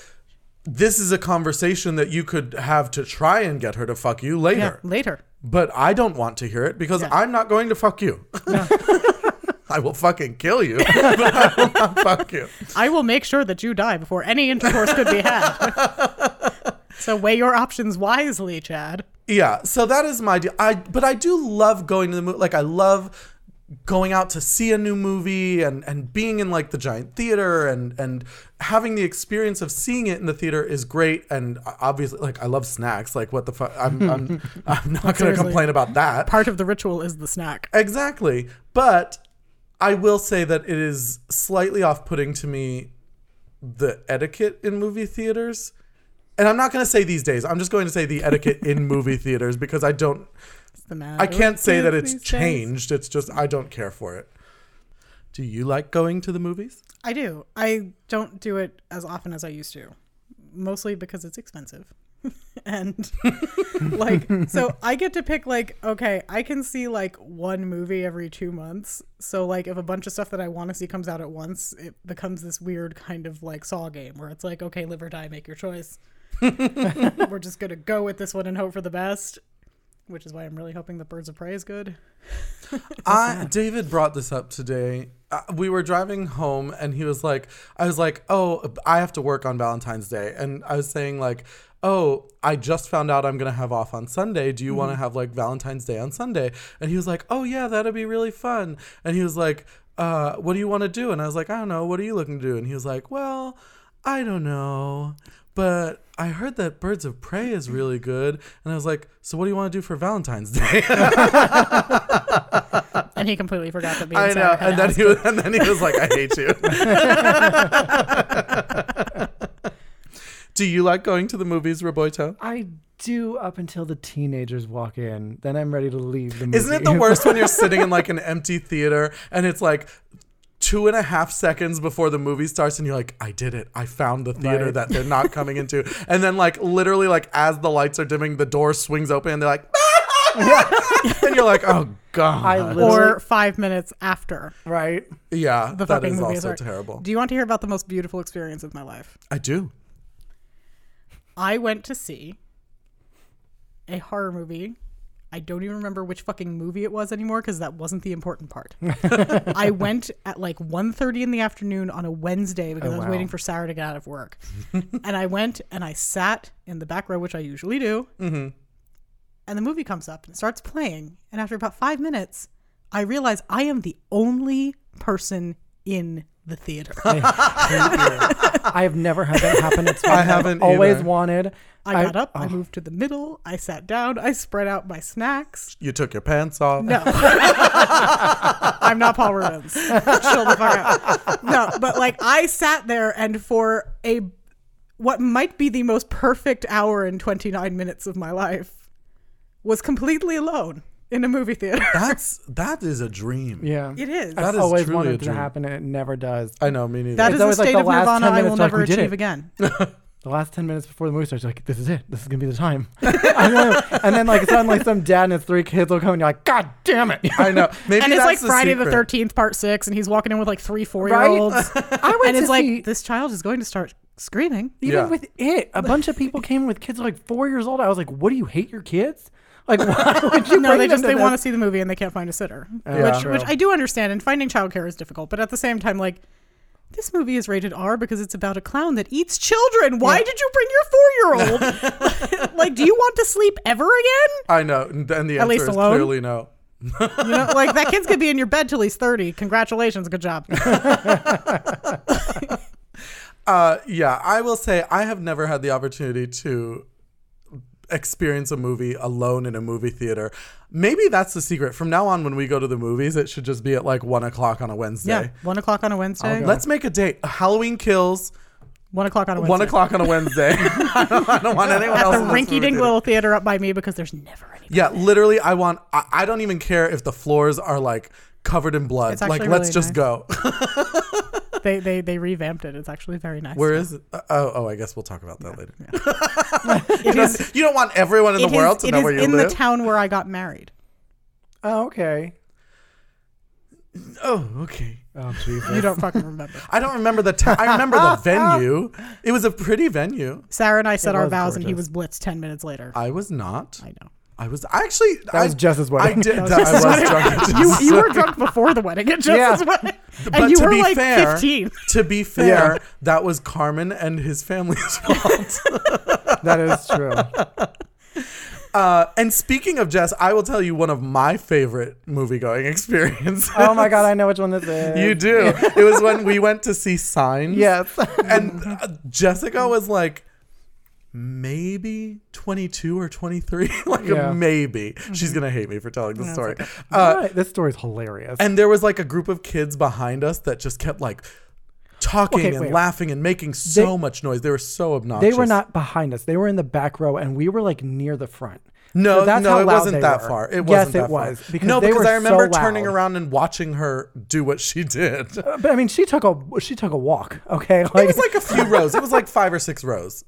Speaker 1: this is a conversation that you could have to try and get her to fuck you
Speaker 2: Yeah,
Speaker 1: later.
Speaker 2: later.
Speaker 1: But I don't want to hear it because I'm not going to fuck you. <laughs> I will fucking kill you, <laughs> but I will not fuck you.
Speaker 2: I will make sure that you die before any intercourse could be had.
Speaker 1: <laughs>
Speaker 2: so weigh your options wisely, Chad.
Speaker 1: Yeah, so that is my deal. I but I do love going to the movie. Like I love going out to see a new movie and and being in like the giant theater and and having the experience of seeing it in the theater is great. And obviously, like I love snacks. Like what the fuck? I'm I'm, I'm not going to
Speaker 2: Seriously.
Speaker 1: complain about that.
Speaker 2: Part of the ritual is the snack.
Speaker 1: Exactly. But I will say that it is slightly off putting to me the etiquette in movie theaters. And I'm not going to say these days. I'm just going to say the etiquette in movie theaters because I don't,
Speaker 2: It's the man.
Speaker 1: I can't say that it's
Speaker 2: These days.
Speaker 1: changed. It's just, I don't care for it. Do you like going to the movies?
Speaker 2: I do. I don't do it as often as I used to, mostly because it's expensive. <laughs> and <laughs> like, so I get to pick, like, okay, I can see like one movie every two months. So, like, if a bunch of stuff that I want to see comes out at once, it becomes this weird kind of like Saw game where it's like, okay, live or die, make your choice. <laughs> We're just going to go with this one and hope for the best, which is why I'm really hoping that Birds of Prey is good.
Speaker 1: I David brought this up today. Uh, we were driving home, and he was like, "I was like, oh, I have to work on Valentine's Day," and I was saying like, "Oh, I just found out I'm gonna have off on Sunday. Do you want to have like Valentine's Day on Sunday?" And he was like, "Oh yeah, that'd be really fun." And he was like, uh, "What do you want to do?" And I was like, "I don't know. What are you looking to do?" And he was like, "Well, I don't know." But I heard that Birds of Prey is really good. And I was like, so what do you want to do for Valentine's <laughs> Day?
Speaker 2: And he completely forgot that me
Speaker 1: I
Speaker 2: and
Speaker 1: know.
Speaker 2: Sarah had
Speaker 1: And then
Speaker 2: asked
Speaker 1: he was, <laughs> and then he was like, I hate you. Do you like going to the movies, Roboito?
Speaker 3: I do up until the teenagers walk in. Then I'm ready to leave the movie.
Speaker 1: Isn't it the worst when you're sitting in like an empty theater and it's like two and a half seconds before the movie starts and you're like, I did it. I found the theater
Speaker 3: Right.
Speaker 1: that they're not coming into. And then like literally like as the lights are dimming, the door swings open and they're like, <laughs> and you're like, oh God.
Speaker 3: I literally,
Speaker 2: or five minutes after.
Speaker 3: <laughs> right.
Speaker 1: yeah,
Speaker 2: the
Speaker 1: that
Speaker 2: fucking
Speaker 1: is
Speaker 2: movie
Speaker 1: also
Speaker 2: are-
Speaker 1: terrible.
Speaker 2: Do you want to hear about the most beautiful experience of my life?
Speaker 1: I do.
Speaker 2: I went to see a horror movie. I don't even remember which fucking movie it was anymore because that wasn't the important
Speaker 3: <laughs>
Speaker 2: part. I went at like 1.30 in the afternoon on a Wednesday because
Speaker 3: Oh,
Speaker 2: I was
Speaker 3: wow.
Speaker 2: waiting for Sarah to get out of
Speaker 3: <laughs>
Speaker 2: work. and I went and I sat in the back row, which I usually do.
Speaker 3: Mm-hmm.
Speaker 2: And the movie comes up and it starts playing. And after about five minutes, I realize I am the only person in the
Speaker 3: <laughs>
Speaker 2: theater.
Speaker 3: I have never had that happen.
Speaker 1: <laughs>
Speaker 3: It's I
Speaker 1: haven't
Speaker 3: have always
Speaker 1: either.
Speaker 3: wanted.
Speaker 2: I got up,
Speaker 3: Oh.
Speaker 2: I moved to the middle, I sat down, I spread out my snacks.
Speaker 1: You took your pants off.
Speaker 2: No. <laughs> I'm not Paul Rubens. Chill the fuck out. No, but like I sat there and for a what might be the most perfect hour and 29 minutes of my life was completely alone in a movie theater.
Speaker 1: That's that is a dream.
Speaker 3: Yeah.
Speaker 2: <laughs> It is.
Speaker 1: That
Speaker 3: I've
Speaker 1: is
Speaker 3: always
Speaker 1: truly a
Speaker 3: wanted it to
Speaker 1: dream.
Speaker 3: happen and it never does.
Speaker 1: I know, me neither.
Speaker 2: That
Speaker 3: It's
Speaker 2: is a
Speaker 3: always, like,
Speaker 2: state
Speaker 3: the
Speaker 2: of
Speaker 3: last 10
Speaker 2: nirvana I will
Speaker 3: minutes, like,
Speaker 2: never
Speaker 3: we did
Speaker 2: achieve
Speaker 3: it.
Speaker 2: again.
Speaker 3: The last 10 minutes before the movie starts, you're like, this is it. This is going to be the time. <laughs> I know. And then, like, suddenly some dad and his three kids will come and you're like, God damn it. <laughs>
Speaker 1: I
Speaker 2: <laughs>
Speaker 1: know. Maybe
Speaker 2: and it's
Speaker 1: that's
Speaker 2: like
Speaker 1: the
Speaker 2: Friday
Speaker 1: secret.
Speaker 2: the 13th, part six, and he's walking in with like three four year olds.
Speaker 3: <laughs> I
Speaker 2: and
Speaker 3: went to
Speaker 2: it's like,
Speaker 3: see-
Speaker 2: this child is going to start screaming.
Speaker 3: Even
Speaker 1: Yeah.
Speaker 3: with it, a bunch of people came with kids like four years old. I was like, what do you hate your kids? Like, <laughs> why would
Speaker 2: <laughs>
Speaker 3: you
Speaker 2: No,
Speaker 3: bring
Speaker 2: they
Speaker 3: them
Speaker 2: just
Speaker 3: to
Speaker 2: they
Speaker 3: this?
Speaker 2: want to see the movie and they can't find a sitter,
Speaker 3: Yeah.
Speaker 2: which
Speaker 3: True.
Speaker 2: which I do understand. And finding childcare is difficult, but at the same time, like this movie is rated R because it's about a clown that eats children. Why did you bring your four year old? <laughs> like, do you want to sleep ever again?
Speaker 1: I know, and and the answer
Speaker 2: least
Speaker 1: is
Speaker 2: alone?
Speaker 1: clearly no.
Speaker 2: You know, <laughs> like that kid's gonna be in your bed till he's thirty. Congratulations, good job.
Speaker 1: Uh, yeah, I will say I have never had the opportunity to experience a movie alone in a movie theater. Maybe that's the secret. From now on, when we go to the movies, it should just be at like one o'clock on a Wednesday.
Speaker 2: Yeah, one o'clock on a Wednesday.
Speaker 1: Let's make a date. Halloween Kills.
Speaker 2: One o'clock on a Wednesday.
Speaker 1: One o'clock on a Wednesday. <laughs> I don't, I don't
Speaker 2: <laughs>
Speaker 1: want anyone
Speaker 2: At
Speaker 1: else.
Speaker 2: the
Speaker 1: in this
Speaker 2: rinky dink
Speaker 1: movie
Speaker 2: little theater up by me because there's never any.
Speaker 1: Yeah, literally, I want. I, I don't even care if the floors are like covered in blood.
Speaker 2: It's
Speaker 1: like,
Speaker 2: actually
Speaker 1: let's
Speaker 2: really
Speaker 1: just
Speaker 2: nice.
Speaker 1: go. <laughs>
Speaker 2: They, they they revamped it. It's actually very nice.
Speaker 1: Where
Speaker 2: <laughs>
Speaker 1: is? Uh, oh, oh, I guess we'll talk about that later. <laughs>
Speaker 2: it? Is,
Speaker 1: You don't want everyone in
Speaker 2: it
Speaker 1: the
Speaker 2: is-
Speaker 1: world to
Speaker 2: it
Speaker 1: know
Speaker 2: is
Speaker 1: where you
Speaker 2: in
Speaker 1: live.
Speaker 2: the town where I got married.
Speaker 3: Oh, okay.
Speaker 1: oh, okay.
Speaker 3: Oh, Jesus.
Speaker 2: You don't fucking remember.
Speaker 1: I don't remember the town. I remember
Speaker 2: <laughs>
Speaker 1: the venue. It was a pretty venue.
Speaker 2: Sarah and I said
Speaker 3: It
Speaker 2: our
Speaker 3: was
Speaker 2: vows, and he was
Speaker 3: gorgeous.
Speaker 2: blitzed ten minutes later.
Speaker 1: I was not.
Speaker 2: I know.
Speaker 1: I was. I actually. I
Speaker 3: That was Jess's
Speaker 1: I
Speaker 3: wedding.
Speaker 1: did.
Speaker 2: That was
Speaker 1: I was
Speaker 2: Jess's wedding.
Speaker 1: drunk. at
Speaker 2: <laughs> You,
Speaker 1: Jess's
Speaker 2: you were
Speaker 1: wedding.
Speaker 2: drunk before the wedding at Jess's
Speaker 3: Yeah.
Speaker 2: wedding, and
Speaker 1: But
Speaker 2: you
Speaker 1: to
Speaker 2: were
Speaker 1: be
Speaker 2: like
Speaker 1: fair,
Speaker 2: fifteen.
Speaker 1: To be fair, that was Carmen and his
Speaker 2: <laughs>
Speaker 1: family's fault. <laughs>
Speaker 3: that is true.
Speaker 1: Uh, and speaking of Jess, I will tell you one of my favorite movie going <laughs> experiences.
Speaker 3: Oh my god, I know which one this
Speaker 1: <laughs>
Speaker 3: is.
Speaker 1: You do. It was when we went to see Signs.
Speaker 3: <laughs> Yes.
Speaker 1: And <laughs> uh, Jessica was like, maybe 22 or 23. <laughs> like,
Speaker 3: Yeah. Mm-hmm.
Speaker 1: maybe. She's going to hate me for telling the story. Uh,
Speaker 3: Alright, this story's hilarious.
Speaker 1: and there was like a group of kids behind us that just kept like talking
Speaker 3: Okay,
Speaker 1: and
Speaker 3: wait.
Speaker 1: laughing and making so
Speaker 3: They-
Speaker 1: much noise. They were so obnoxious.
Speaker 3: They were not behind us. They were in the back row, and we were like near the front.
Speaker 1: No,
Speaker 3: So that's
Speaker 1: no,
Speaker 3: how
Speaker 1: it
Speaker 3: loud
Speaker 1: wasn't
Speaker 3: they
Speaker 1: that
Speaker 3: were.
Speaker 1: far. It
Speaker 3: yes,
Speaker 1: wasn't that
Speaker 3: it
Speaker 1: far.
Speaker 3: was. Because
Speaker 1: no,
Speaker 3: they
Speaker 1: because
Speaker 3: were
Speaker 1: I remember
Speaker 3: so
Speaker 1: turning
Speaker 3: loud.
Speaker 1: around and watching her do what she did. <laughs> It
Speaker 3: But I mean, she took a she took a walk. <laughs> Okay, like,
Speaker 1: was like a
Speaker 3: <laughs>
Speaker 1: few rows. It was like five or six rows.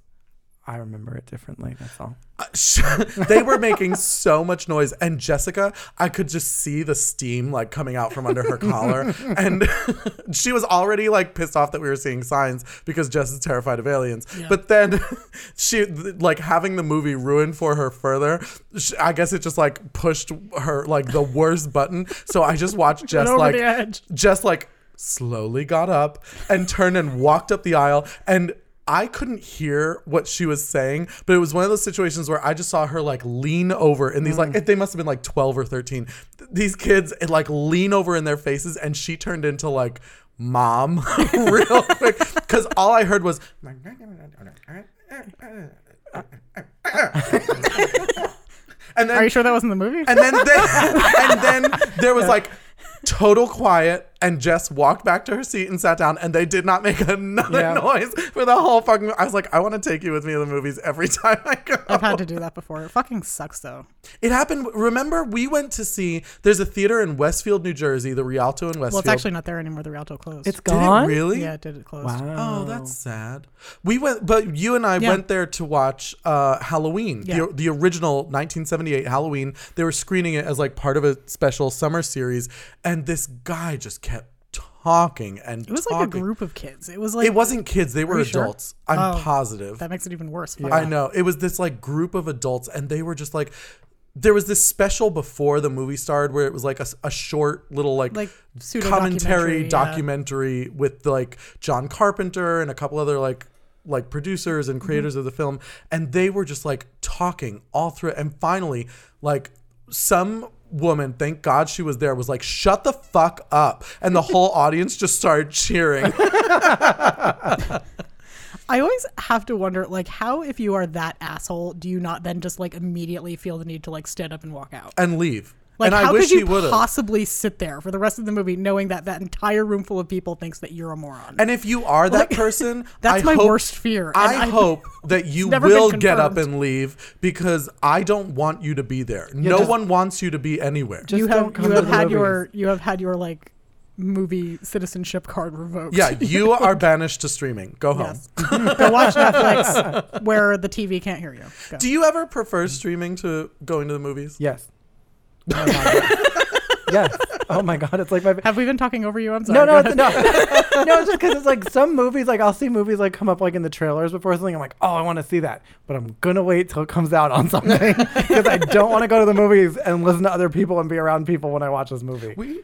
Speaker 3: I remember it differently. That's all.
Speaker 1: Uh, Sh- <laughs> they were making so much noise and jessica i could just see the steam like coming out from under her
Speaker 2: <laughs>
Speaker 1: collar and <laughs> she was already like pissed off that we were seeing signs because jess is terrified of aliens but then <laughs> she th- like having the movie ruined for her further sh i guess it just like pushed her like the worst button so i just
Speaker 2: <laughs>
Speaker 1: watched jess
Speaker 2: over
Speaker 1: like
Speaker 2: the edge.
Speaker 1: just like slowly got up and turned and walked up the aisle and I couldn't hear what she was saying, but it was one of those situations where I just saw her like lean over and these like they must have been like 12 or 13. Th- These kids it, like lean over in their faces and she turned into like mom <laughs> real quick cuz all I heard was and then
Speaker 2: Are you sure that wasn't the movie?
Speaker 1: and then, then and
Speaker 2: <laughs>
Speaker 1: then there was like total quiet and Jess walked back to her seat and sat down and they did not make another
Speaker 3: Yeah.
Speaker 1: noise for the whole fucking I was like I want to take you with me to the movies every time I go. <laughs>
Speaker 2: I've had to do that before. It fucking sucks though.
Speaker 1: It happened remember we went to see there's a theater in Westfield, New Jersey, the Rialto in Westfield.
Speaker 2: Well, it's actually not there anymore. The Rialto closed.
Speaker 3: It's
Speaker 1: did
Speaker 3: gone.
Speaker 1: it really?
Speaker 2: yeah, it did it closed.
Speaker 1: Oh,
Speaker 3: Wow.
Speaker 1: that's sad. We went, but you and I
Speaker 2: Yeah.
Speaker 1: went there to watch uh, Halloween,
Speaker 2: Yeah.
Speaker 1: the, the original 1978 Halloween. They were screening it as like part of a special summer series, and this guy just kept talking and
Speaker 2: It was
Speaker 1: talking.
Speaker 2: like a group of kids. It was like
Speaker 1: It wasn't kids; they were
Speaker 2: you sure?
Speaker 1: adults. I'm
Speaker 2: Oh.
Speaker 1: positive.
Speaker 2: That makes it even worse. Fuck
Speaker 1: I
Speaker 2: that.
Speaker 1: know. It was this like group of adults, and they were just like, there was this special before the movie started where it was like a, s- a short little like,
Speaker 2: Like
Speaker 1: commentary
Speaker 2: pseudo-documentary, yeah.
Speaker 1: documentary with like John Carpenter and a couple other like like producers and creators
Speaker 2: Mm-hmm.
Speaker 1: of the film, and they were just like talking all through it. And finally, like some woman, thank God she was there, was like, "Shut the fuck up!" And
Speaker 2: <laughs>
Speaker 1: the whole audience just started cheering.
Speaker 2: I always have to wonder, like, how if you are that asshole, do you not then just like immediately feel the need to like stand up and walk out?
Speaker 1: and leave.
Speaker 2: Like,
Speaker 1: and
Speaker 2: how
Speaker 1: I wish
Speaker 2: could you
Speaker 1: she would have.
Speaker 2: possibly sit there for the rest of the movie knowing that that entire room full of people thinks that you're a moron?
Speaker 1: And if you are that
Speaker 2: Like, <laughs>
Speaker 1: person,
Speaker 2: that's
Speaker 1: I
Speaker 2: my
Speaker 1: hope-
Speaker 2: worst fear, and
Speaker 1: I,
Speaker 2: I- <laughs>
Speaker 1: hope that you
Speaker 2: never been
Speaker 1: will get up
Speaker 2: confirmed.
Speaker 1: and leave because I don't want you to be there. no
Speaker 3: just-
Speaker 1: one wants you to be anywhere.
Speaker 3: Just
Speaker 2: you
Speaker 3: don't
Speaker 2: have
Speaker 3: come
Speaker 2: you
Speaker 3: to
Speaker 2: have
Speaker 3: the
Speaker 2: had
Speaker 3: movies.
Speaker 2: your you have had your like movie citizenship card revoked. <laughs>
Speaker 1: yeah, you are banished to streaming. Go home.
Speaker 2: Yes.
Speaker 1: <laughs>
Speaker 2: Go watch Netflix where the TV can't hear you. Go.
Speaker 1: Do you ever prefer streaming to going to the movies?
Speaker 3: Yes.
Speaker 2: <laughs>
Speaker 3: Oh my God. yes. Oh my god, it's like my.
Speaker 2: have we been talking over you? I'm sorry.
Speaker 3: No,
Speaker 2: Go
Speaker 3: no,
Speaker 2: ahead.
Speaker 3: it's,
Speaker 2: <laughs>
Speaker 3: no, no. It's just because it's like some movies. Like I'll see movies like come up like in the trailers before something. I'm like, oh, I want to see that, but I'm gonna wait till it comes out on something because I don't want to go to the movies and listen to other people and be around people when I watch this movie.
Speaker 1: We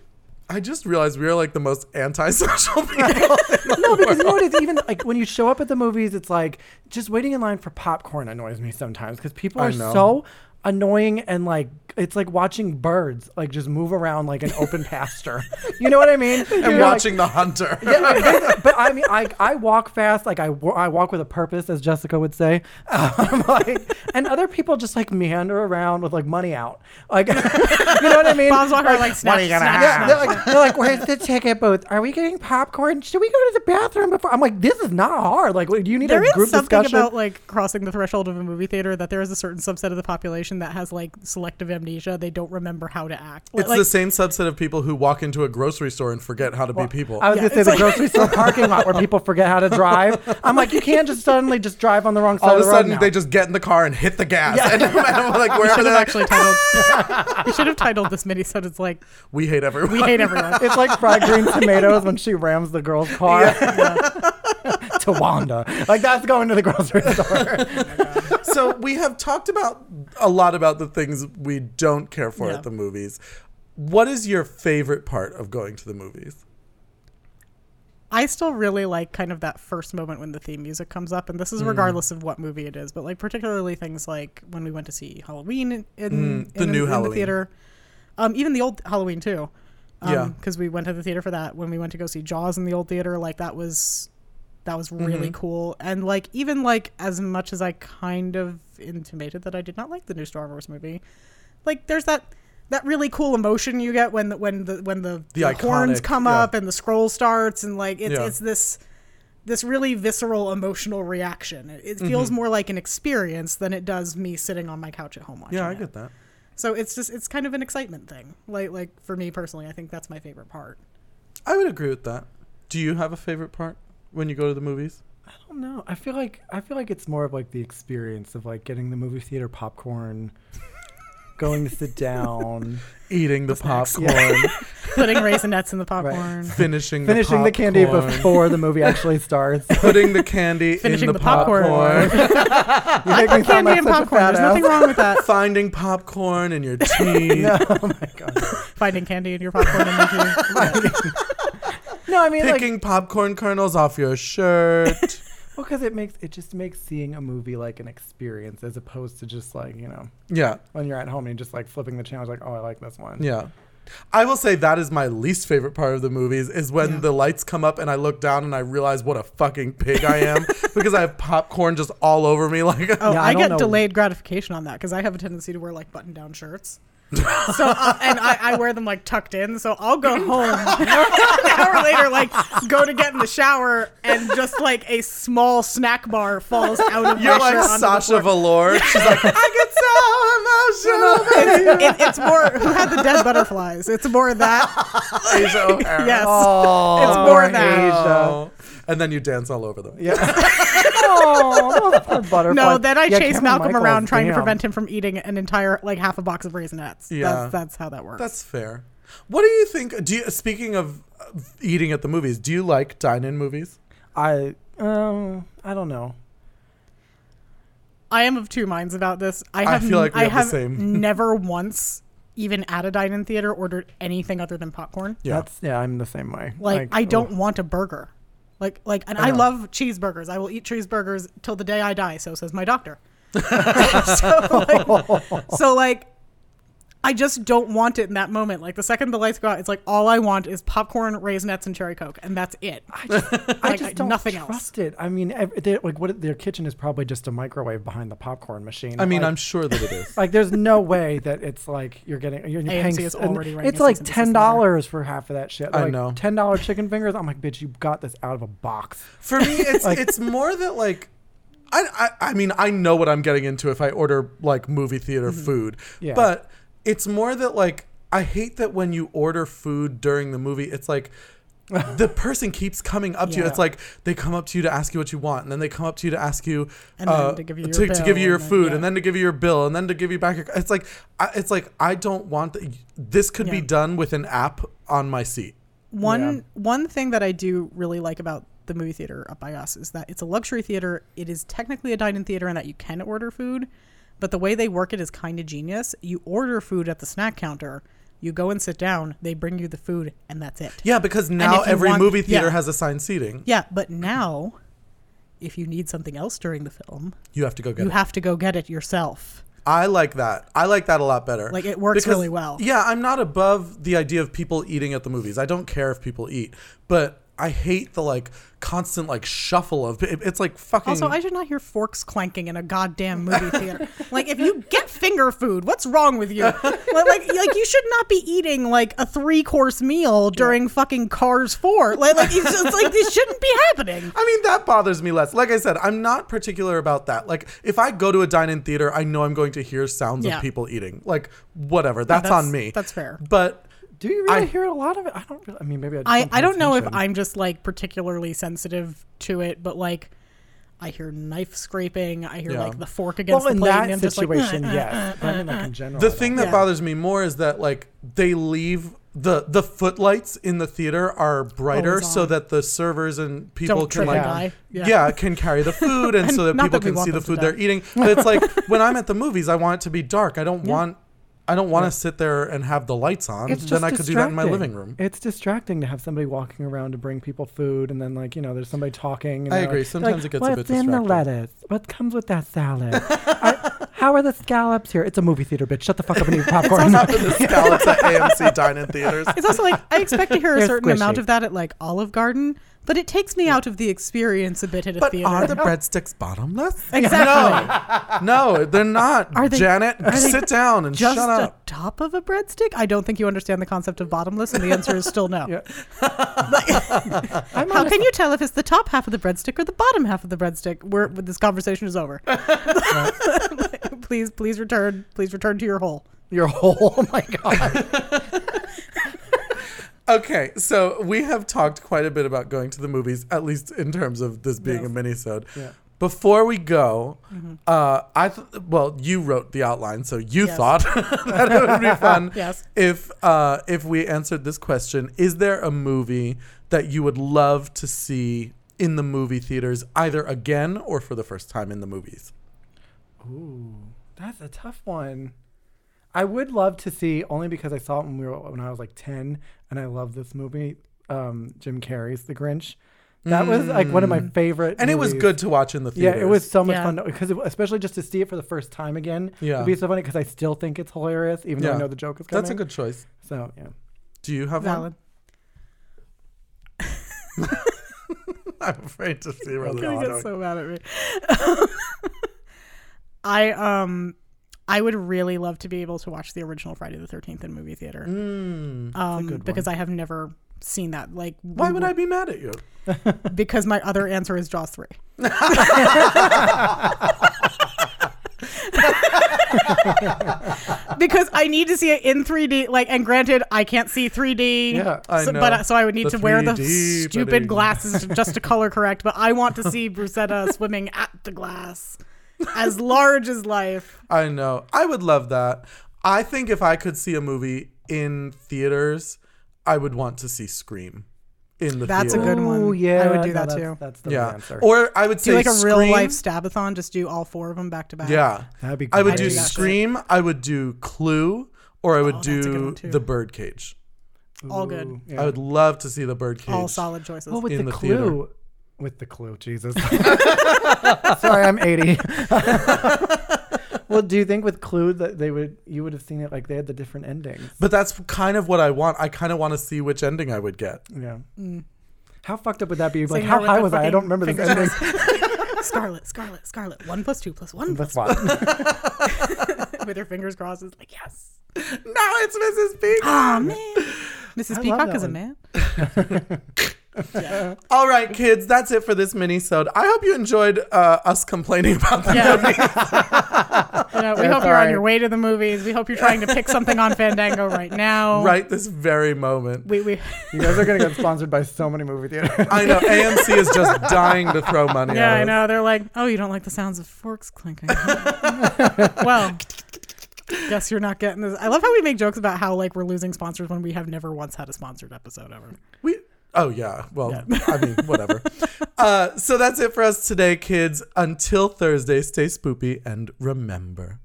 Speaker 1: I just realized we are like the most
Speaker 2: <laughs>
Speaker 1: antisocial <laughs> people.
Speaker 3: no, because you know what?
Speaker 1: <laughs>
Speaker 3: It's even like when you show up at the movies, it's like just waiting in line for popcorn annoys me sometimes because people
Speaker 1: I
Speaker 3: are
Speaker 1: know.
Speaker 3: so annoying and like it's like watching birds like just move around like an open pasture. You know what
Speaker 1: <laughs>
Speaker 3: I mean?
Speaker 1: and
Speaker 3: You're like-
Speaker 1: watching The
Speaker 2: <laughs>
Speaker 1: Hunter.
Speaker 3: yeah, but I mean, I, I walk fast. Like I, wa- I walk with a purpose, as Jessica would say. Um, <laughs> like, and other people just like meander around with like money out. Like, <laughs> you know what I mean?
Speaker 2: Bob's walking around like snatch,
Speaker 1: gonna
Speaker 2: snatch,
Speaker 1: have?
Speaker 3: Yeah,
Speaker 2: snatch.
Speaker 3: they're like, they're like, where's the ticket booth? Are we getting popcorn? Should we go to the bathroom before? I'm like, this is not hard. Like, do you need
Speaker 2: There
Speaker 3: a
Speaker 2: is
Speaker 3: group
Speaker 2: something
Speaker 3: discussion?
Speaker 2: about like crossing the threshold of a movie theater that there is a certain subset of the population that has like selective amnesia. They don't remember how to act.
Speaker 1: It's
Speaker 2: like,
Speaker 1: the same subset of people who walk into a grocery store and forget how to be people.
Speaker 3: I was
Speaker 2: Yeah,
Speaker 3: gonna say
Speaker 2: it's
Speaker 3: the
Speaker 2: like- <laughs>
Speaker 3: grocery store parking lot where people forget how to drive. I'm like, you can't just suddenly just drive on the wrong side
Speaker 1: All of
Speaker 3: of
Speaker 1: a
Speaker 3: the road
Speaker 1: sudden,
Speaker 3: now.
Speaker 1: they just get in the car and hit the gas. <laughs> And no matter
Speaker 2: <laughs>
Speaker 1: like
Speaker 2: you
Speaker 1: wherever
Speaker 2: should have
Speaker 1: they're
Speaker 2: actually
Speaker 1: <laughs>
Speaker 2: titled. you should have titled <laughs> this mini so it's like
Speaker 1: we hate everyone.
Speaker 2: we hate everyone.
Speaker 3: <laughs> It's like fried green tomatoes when she rams
Speaker 1: <laughs>
Speaker 3: the girl's car <laughs> to Wanda. Like that's going to
Speaker 1: <laughs>
Speaker 3: the grocery store. <laughs>
Speaker 1: so we have talked about a lot about the things we don't care for
Speaker 2: Yeah.
Speaker 1: at the movies. What is your favorite part of going to the movies?
Speaker 2: I still really like kind of that first moment when the theme music comes up, and this
Speaker 1: Mm.
Speaker 2: is regardless of what movie it is, but like particularly things like when we went to see Halloween in, in,
Speaker 1: Mm, the
Speaker 2: in-
Speaker 1: new
Speaker 2: in
Speaker 1: Halloween.
Speaker 2: the theater, um, even the old Halloween too, um,
Speaker 1: Yeah.
Speaker 2: because we went to the theater for that. When we went to go see Jaws in the old theater, like that was that was
Speaker 1: Mm-hmm.
Speaker 2: really cool, and like even like as much as I kind of intimated that I did not like the new Star Wars movie, like there's that. That really cool emotion you get when the when the when the,
Speaker 1: The
Speaker 2: horns
Speaker 1: iconic,
Speaker 2: come
Speaker 1: yeah.
Speaker 2: up and the scroll starts and like it's
Speaker 1: Yeah.
Speaker 2: it's this this really visceral emotional reaction. It, it feels
Speaker 1: Mm-hmm.
Speaker 2: more like an experience than it does me sitting on my couch at home watching.
Speaker 1: Yeah, I
Speaker 2: it.
Speaker 1: get that.
Speaker 2: So it's just it's kind of an excitement thing. Like like for me personally, I think that's my favorite part.
Speaker 1: I would agree with that. Do you have a favorite part when you go to the movies?
Speaker 3: I don't know. I feel like I feel like it's more of like the experience of like getting the movie theater popcorn, going to sit down,
Speaker 1: Eating the, popcorn, <laughs>
Speaker 2: Putting raisinets <laughs> in the popcorn.
Speaker 1: finishing
Speaker 3: finishing the
Speaker 1: the
Speaker 3: candy
Speaker 1: popcorn,
Speaker 3: before the movie
Speaker 2: <laughs>
Speaker 3: actually starts.
Speaker 1: putting the <laughs> candy
Speaker 2: Finishing
Speaker 1: in the,
Speaker 2: the
Speaker 1: <laughs>
Speaker 2: popcorn.
Speaker 1: popcorn.
Speaker 3: You
Speaker 2: I
Speaker 3: make me
Speaker 2: put
Speaker 3: sound
Speaker 2: candy
Speaker 3: like
Speaker 2: and
Speaker 3: such a
Speaker 2: popcorn. There's
Speaker 3: fat
Speaker 2: nothing
Speaker 3: <laughs> ass.
Speaker 2: wrong with that.
Speaker 1: finding popcorn in <laughs> your teeth.
Speaker 3: No, oh my god.
Speaker 2: Finding candy in your popcorn. And your,
Speaker 3: No, I mean like
Speaker 1: picking popcorn kernels off your shirt.
Speaker 3: Well, because it makes it just makes seeing a movie like an experience as opposed to just like you know
Speaker 1: <laughs> yeah,
Speaker 3: when you're at home and you're just like flipping the channels like oh I like this one.
Speaker 1: yeah. I will say that is my least favorite part of the movies is when
Speaker 2: Yeah.
Speaker 1: the lights come up and I look down and I realize what a fucking pig I
Speaker 2: <laughs>
Speaker 1: am because I have popcorn just all over me. Like,
Speaker 2: Oh,
Speaker 3: Yeah, I
Speaker 2: I,
Speaker 3: don't
Speaker 2: get
Speaker 3: know.
Speaker 2: delayed gratification on that because I have a tendency to wear like button down shirts. so uh, and I, I wear them like tucked in, so I'll go home <laughs> an hour later, like go to get in the shower, and just like a small snack bar falls out
Speaker 1: <laughs>
Speaker 2: of
Speaker 1: you're like
Speaker 2: my shirt Oh, onto the
Speaker 1: Sasha
Speaker 2: floor. <laughs>
Speaker 1: Velour. She's like, I get so emotional.
Speaker 2: It- it's more who had the dead butterflies. It's more
Speaker 3: <laughs>
Speaker 2: that.
Speaker 1: Asia O'Hara.
Speaker 2: <laughs> Yes,
Speaker 3: Oh,
Speaker 2: It's more that.
Speaker 3: Asia.
Speaker 1: Oh. And then you dance all over them.
Speaker 3: Yeah. <laughs> oh, those poor butterflies.
Speaker 2: no. Then I
Speaker 3: Yeah,
Speaker 2: chase
Speaker 3: Cameron
Speaker 2: Malcolm
Speaker 3: Michaels,
Speaker 2: around trying
Speaker 3: damn.
Speaker 2: to prevent him from eating an entire like half a box of raisinets.
Speaker 1: Yeah.
Speaker 2: that's, that's how that works.
Speaker 1: That's fair. What do you think? Do you, speaking of uh, eating at the movies, do you like dine-in movies?
Speaker 3: I um I don't know.
Speaker 2: I am of two minds about this. I
Speaker 1: I
Speaker 2: have,
Speaker 1: feel like we
Speaker 2: I
Speaker 1: have the
Speaker 2: have
Speaker 1: same. <laughs>
Speaker 2: never once, even at a dine-in theater, ordered anything other than popcorn.
Speaker 1: Yeah.
Speaker 3: That's yeah I'm the same way.
Speaker 2: Like, I don't
Speaker 1: oh.
Speaker 3: ugh.
Speaker 2: want a burger. Like like, and
Speaker 3: I
Speaker 2: I,
Speaker 3: know.
Speaker 2: love cheeseburgers. I will eat cheeseburgers till the day I die. So says my
Speaker 1: <laughs>
Speaker 2: doctor. <laughs> so, like, so like, I just don't want it in that moment. Like the second the lights go out, it's like all I want is popcorn, raisinets, and cherry coke, and that's it.
Speaker 3: I just, I
Speaker 2: Like,
Speaker 3: just don't
Speaker 2: nothing else.
Speaker 3: trust it. I mean, ev- they, like what their kitchen is probably just a microwave behind the popcorn machine.
Speaker 1: I mean,
Speaker 3: Like,
Speaker 1: I'm sure that it is.
Speaker 3: Like, there's no way that it's like you're getting you're
Speaker 2: AMC
Speaker 3: paying.
Speaker 2: is
Speaker 3: s- and
Speaker 2: already writing
Speaker 3: it's
Speaker 2: a
Speaker 3: like
Speaker 2: cease and desist
Speaker 3: ten dollars for half of that shit.
Speaker 1: I
Speaker 3: Like,
Speaker 1: know.
Speaker 3: ten dollar chicken fingers. I'm like, bitch, you got this out of a box.
Speaker 1: For
Speaker 2: <laughs>
Speaker 1: me, it's
Speaker 3: Like-
Speaker 1: it's more that like. I, I, I mean I know what I'm getting into if I order like movie theater
Speaker 2: Mm-hmm.
Speaker 1: food,
Speaker 3: Yeah.
Speaker 1: but it's more that like I hate that when you order food during the movie, it's
Speaker 2: <laughs>
Speaker 1: like the person keeps coming up to you.
Speaker 3: Yeah.
Speaker 1: It's like they come up to you to ask you what you want, and then they come up to you to ask you
Speaker 2: And then
Speaker 1: uh,
Speaker 2: to give you your
Speaker 1: to, to
Speaker 2: bill,
Speaker 1: give you your
Speaker 2: and then-
Speaker 1: food,
Speaker 2: yeah.
Speaker 1: and then to give you your bill, and then to give you back your. It's like I, it's like I don't want th- this. Could be
Speaker 2: Yeah.
Speaker 1: done with an app on my seat.
Speaker 2: One one thing that I do really like about the movie theater up by us is that it's a luxury theater. It is technically a dine-in theater in that you can order food, but the way they work it is kind of genius. You order food at the snack counter, you go and sit down, they bring you the food, and that's it.
Speaker 1: Yeah, because now
Speaker 2: if you
Speaker 1: every
Speaker 2: want-
Speaker 1: movie theater
Speaker 2: yeah.
Speaker 1: has assigned seating.
Speaker 2: Yeah, but now, if you need something else during the film,
Speaker 1: You have to go get
Speaker 2: you
Speaker 1: it.
Speaker 2: have to go get it yourself.
Speaker 1: I like that. I like that a lot better.
Speaker 2: Like, it works really well.
Speaker 1: Yeah, I'm not above the idea of people eating at the movies. I don't care if people eat, but I hate the like constant like shuffle of it- it's like fucking.
Speaker 3: Hmm.
Speaker 2: Also, I should not hear forks clanking in a goddamn movie theater. like, if you get finger food, what's wrong with you?
Speaker 3: <laughs>
Speaker 2: like, like, like, you should not be eating like a three course meal during fucking Cars Four. Like, like it's, it's like this shouldn't be
Speaker 3: <laughs>
Speaker 2: happening.
Speaker 1: I mean, that bothers me less. Like I said, I'm not particular about that. Like, if I go to a dine in theater, I know I'm going to hear sounds
Speaker 2: Yeah.
Speaker 1: of people eating. Like, whatever. That's,
Speaker 2: that's-
Speaker 1: on me.
Speaker 2: that's fair.
Speaker 1: But
Speaker 3: Do you really
Speaker 1: I-
Speaker 3: hear a lot of it? I don't. Really, I mean, maybe I. Just
Speaker 2: I, I
Speaker 3: pay
Speaker 2: don't know if
Speaker 3: attention.
Speaker 2: I'm just like particularly sensitive to it, but like I hear knife scraping, I hear
Speaker 1: Yeah.
Speaker 2: like the fork against
Speaker 3: Well, in
Speaker 2: the plate,
Speaker 3: that
Speaker 2: and I'm just like, "Uh,
Speaker 3: situation,
Speaker 2: "Ugh, ugh,
Speaker 3: yes. But I mean, like in general.
Speaker 1: the
Speaker 3: I don't-
Speaker 1: thing that
Speaker 2: Oh, Yeah.
Speaker 1: bothers me more is that, like, they leave the the footlights in the theater are brighter
Speaker 2: Always
Speaker 1: so
Speaker 2: on.
Speaker 1: that the servers and people
Speaker 2: don't
Speaker 1: can
Speaker 2: trip
Speaker 1: like
Speaker 2: and
Speaker 3: Yeah.
Speaker 2: die.
Speaker 1: yeah. can carry the food
Speaker 2: <laughs>
Speaker 1: and, so that
Speaker 2: not
Speaker 1: people
Speaker 2: that we
Speaker 1: can
Speaker 2: want
Speaker 1: see the
Speaker 2: them to
Speaker 1: food
Speaker 2: die.
Speaker 1: they're eating but it's like <laughs> when i'm at the movies i want it to be dark i don't want i don't want to sit there and have the lights on
Speaker 3: It's just
Speaker 1: then i could do that in my
Speaker 3: distracting.
Speaker 1: living room
Speaker 3: It's distracting to have somebody walking around to bring people food, and then like you know, there's somebody talking. And
Speaker 1: I
Speaker 3: they're
Speaker 1: agree.
Speaker 3: like-
Speaker 1: Sometimes
Speaker 3: like,
Speaker 1: it gets a
Speaker 3: What's
Speaker 1: bit
Speaker 3: in the
Speaker 1: distracting."
Speaker 3: lettuce? What comes with that salad? I, how are the scallops here? It's a movie theater, bitch. Shut the fuck
Speaker 1: <laughs>
Speaker 3: up and eat
Speaker 1: <laughs>
Speaker 3: popcorn.
Speaker 1: Not with the scallops
Speaker 2: <laughs>
Speaker 1: at AMC dine-in theaters.
Speaker 2: It's also like I expect to
Speaker 3: <laughs>
Speaker 2: hear a
Speaker 3: They're
Speaker 2: certain amount
Speaker 3: squishy.
Speaker 2: of that at like Olive Garden, but it takes me out of the experience a bit at a
Speaker 1: But
Speaker 2: theater.
Speaker 1: are the breadsticks bottomless?
Speaker 2: exactly.
Speaker 1: No, no, they're not.
Speaker 2: Are they-
Speaker 1: Janet,
Speaker 2: they
Speaker 1: sit down and
Speaker 2: Just
Speaker 1: shut
Speaker 2: a
Speaker 1: up.
Speaker 2: top of a breadstick? I don't think you understand the concept of
Speaker 1: <laughs>
Speaker 2: bottomless, and the answer is still no.
Speaker 3: <laughs> Yeah.
Speaker 2: How can you tell if it's the top half of the breadstick or the bottom half of the breadstick? Where this conversation is over. <laughs> please, please return. Please return to your hole.
Speaker 3: Your whole. <laughs> Oh my god.
Speaker 1: Okay, so we have talked quite a bit about going to the movies, at least in terms of this being a minisode.
Speaker 3: Yeah. Mm-hmm.
Speaker 1: Before we go, uh, I th- well, you wrote the outline, so you
Speaker 2: Yes.
Speaker 1: thought <laughs> that it would
Speaker 3: <laughs>
Speaker 1: be fun
Speaker 2: Yes.
Speaker 1: if uh, if we answered this question: Is there a movie that you would love to see in the movie theaters, either again or for the first time in the movies?
Speaker 3: Ooh, that's a tough one. I would love to see only because I saw it when we were when I was like ten, and I love this movie. Um, Jim Carrey's The Grinch. That was like one of my favorite,
Speaker 1: Mm. And it was
Speaker 3: movies.
Speaker 1: good to watch in the
Speaker 3: Yeah,
Speaker 1: theaters.
Speaker 3: it was so much
Speaker 2: Yeah.
Speaker 3: fun because especially just to see it for the first time again.
Speaker 1: Yeah.
Speaker 3: it'd be so funny because I still think it's hilarious, even though
Speaker 1: Yeah.
Speaker 3: I know the joke is coming.
Speaker 1: That's a good choice.
Speaker 3: So yeah,
Speaker 1: Do you have
Speaker 2: Valid.
Speaker 1: one? <laughs> I'm afraid to see
Speaker 3: <laughs>
Speaker 1: where
Speaker 2: I'm
Speaker 1: the
Speaker 2: gonna get
Speaker 1: dog.
Speaker 2: so mad at me. <laughs> I um, I would really love to be able to watch the original Friday the Thirteenth in movie theater.
Speaker 1: Mm,
Speaker 2: um, because I have never seen that. Like,
Speaker 1: Why would I be mad at you?
Speaker 2: Because my other answer is Jaws
Speaker 1: <laughs>
Speaker 2: three. because I need to see it in 3D. Like, and granted, I can't see 3D.
Speaker 3: Yeah,
Speaker 1: I
Speaker 2: so,
Speaker 1: know.
Speaker 2: But uh, so I would need
Speaker 1: The
Speaker 2: to wear the
Speaker 1: 3D
Speaker 2: stupid
Speaker 1: pudding.
Speaker 2: glasses to- just to color correct. But I want to
Speaker 1: <laughs>
Speaker 2: see Brusetta swimming at the glass, as large as life.
Speaker 1: I know. I would love that. I think if I could see a movie in theaters, I would want to see Scream in the
Speaker 2: That's a
Speaker 1: theater.
Speaker 2: good one.
Speaker 3: Ooh, yeah,
Speaker 2: I would do
Speaker 3: no,
Speaker 2: that
Speaker 3: that's,
Speaker 2: too.
Speaker 3: That's the
Speaker 1: yeah.
Speaker 3: answer.
Speaker 1: Or I would say
Speaker 2: Do like a
Speaker 1: Scream.
Speaker 2: real life stabathon. Just do all four of them back to back.
Speaker 1: Yeah,
Speaker 3: That'd be
Speaker 1: I would
Speaker 3: great.
Speaker 1: do
Speaker 2: I'd do that. Oh,
Speaker 1: Scream. I would do Clue, or I would
Speaker 2: that's a good
Speaker 1: do
Speaker 2: one, too.
Speaker 1: The Birdcage.
Speaker 2: all good.
Speaker 3: Yeah.
Speaker 1: I would love to see The Birdcage.
Speaker 2: All solid choices.
Speaker 3: <laughs> well, Oh, with
Speaker 1: in the
Speaker 3: the, clue,
Speaker 1: theater.
Speaker 3: with the clue, Jesus. <laughs> Sorry, I'm 80. <laughs> well, do you think with Clue that they would you would have seen it like they had the different endings?
Speaker 1: But that's kind of what I want. I kind of want to see which ending I would
Speaker 2: <laughs>
Speaker 1: get.
Speaker 3: Yeah. How fucked up would that be?
Speaker 2: Mm. So
Speaker 3: like,
Speaker 2: you
Speaker 3: how
Speaker 2: know, with
Speaker 3: high
Speaker 2: the
Speaker 3: was I? I don't
Speaker 2: fucking
Speaker 3: remember this
Speaker 2: finger <laughs>
Speaker 3: ending.
Speaker 2: Scarlet, Scarlet, Scarlet. One plus two plus one
Speaker 3: <laughs> That's
Speaker 2: plus
Speaker 3: why.
Speaker 2: <laughs> with her fingers crossed. It's like yes.
Speaker 1: No, it's Mrs. Peacock.
Speaker 2: <laughs> Ah man. Mrs.
Speaker 3: love
Speaker 2: Peacock
Speaker 3: that
Speaker 2: is a
Speaker 3: one.
Speaker 2: <laughs> man.
Speaker 1: All right, kids, that's it for this mini-sode. I hope you enjoyed uh, us complaining about
Speaker 2: <laughs>
Speaker 1: the
Speaker 2: You know, we
Speaker 3: That's
Speaker 2: hope you're
Speaker 3: all
Speaker 2: on your
Speaker 3: right.
Speaker 2: way to the movies. We hope you're trying to pick something on Fandango <laughs> right now.
Speaker 1: right this very moment.
Speaker 2: We <laughs> we
Speaker 3: You guys are gonna get sponsored by so many movie theaters.
Speaker 1: I know AMC is
Speaker 2: <laughs>
Speaker 1: just dying to throw money.
Speaker 2: Yeah,
Speaker 1: at
Speaker 2: I
Speaker 1: us.
Speaker 2: know. They're like, oh, you don't like the sounds of forks <laughs> clinking. well, guess you're not getting this. I love how we make jokes about how like we're losing sponsors when we have never once had a sponsored episode ever.
Speaker 1: We. Oh yeah. Well, I mean,
Speaker 2: <laughs>
Speaker 1: whatever. uh, so that's it for us today, kids. Until Thursday, stay spoopy and remember.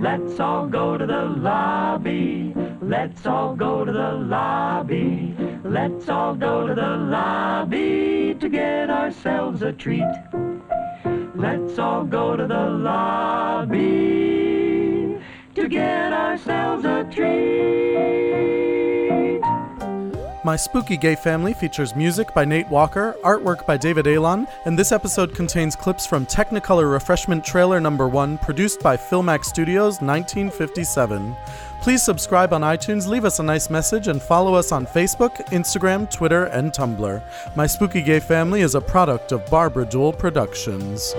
Speaker 4: Let's all go to the lobby. Let's all go to the lobby. Let's all go to the lobby to get ourselves a treat. Let's all go to the lobby to get ourselves a treat.
Speaker 1: My Spooky Gay Family features music by Nate Walker, artwork by David Alon, and this episode contains clips from Technicolor Refreshment Trailer Number 1, produced by Filmac Studios 1957. Please subscribe on iTunes, leave us a nice message, and follow us on Facebook, Instagram, Twitter, and Tumblr. My Spooky Gay Family is a product of Barbara Duel Productions.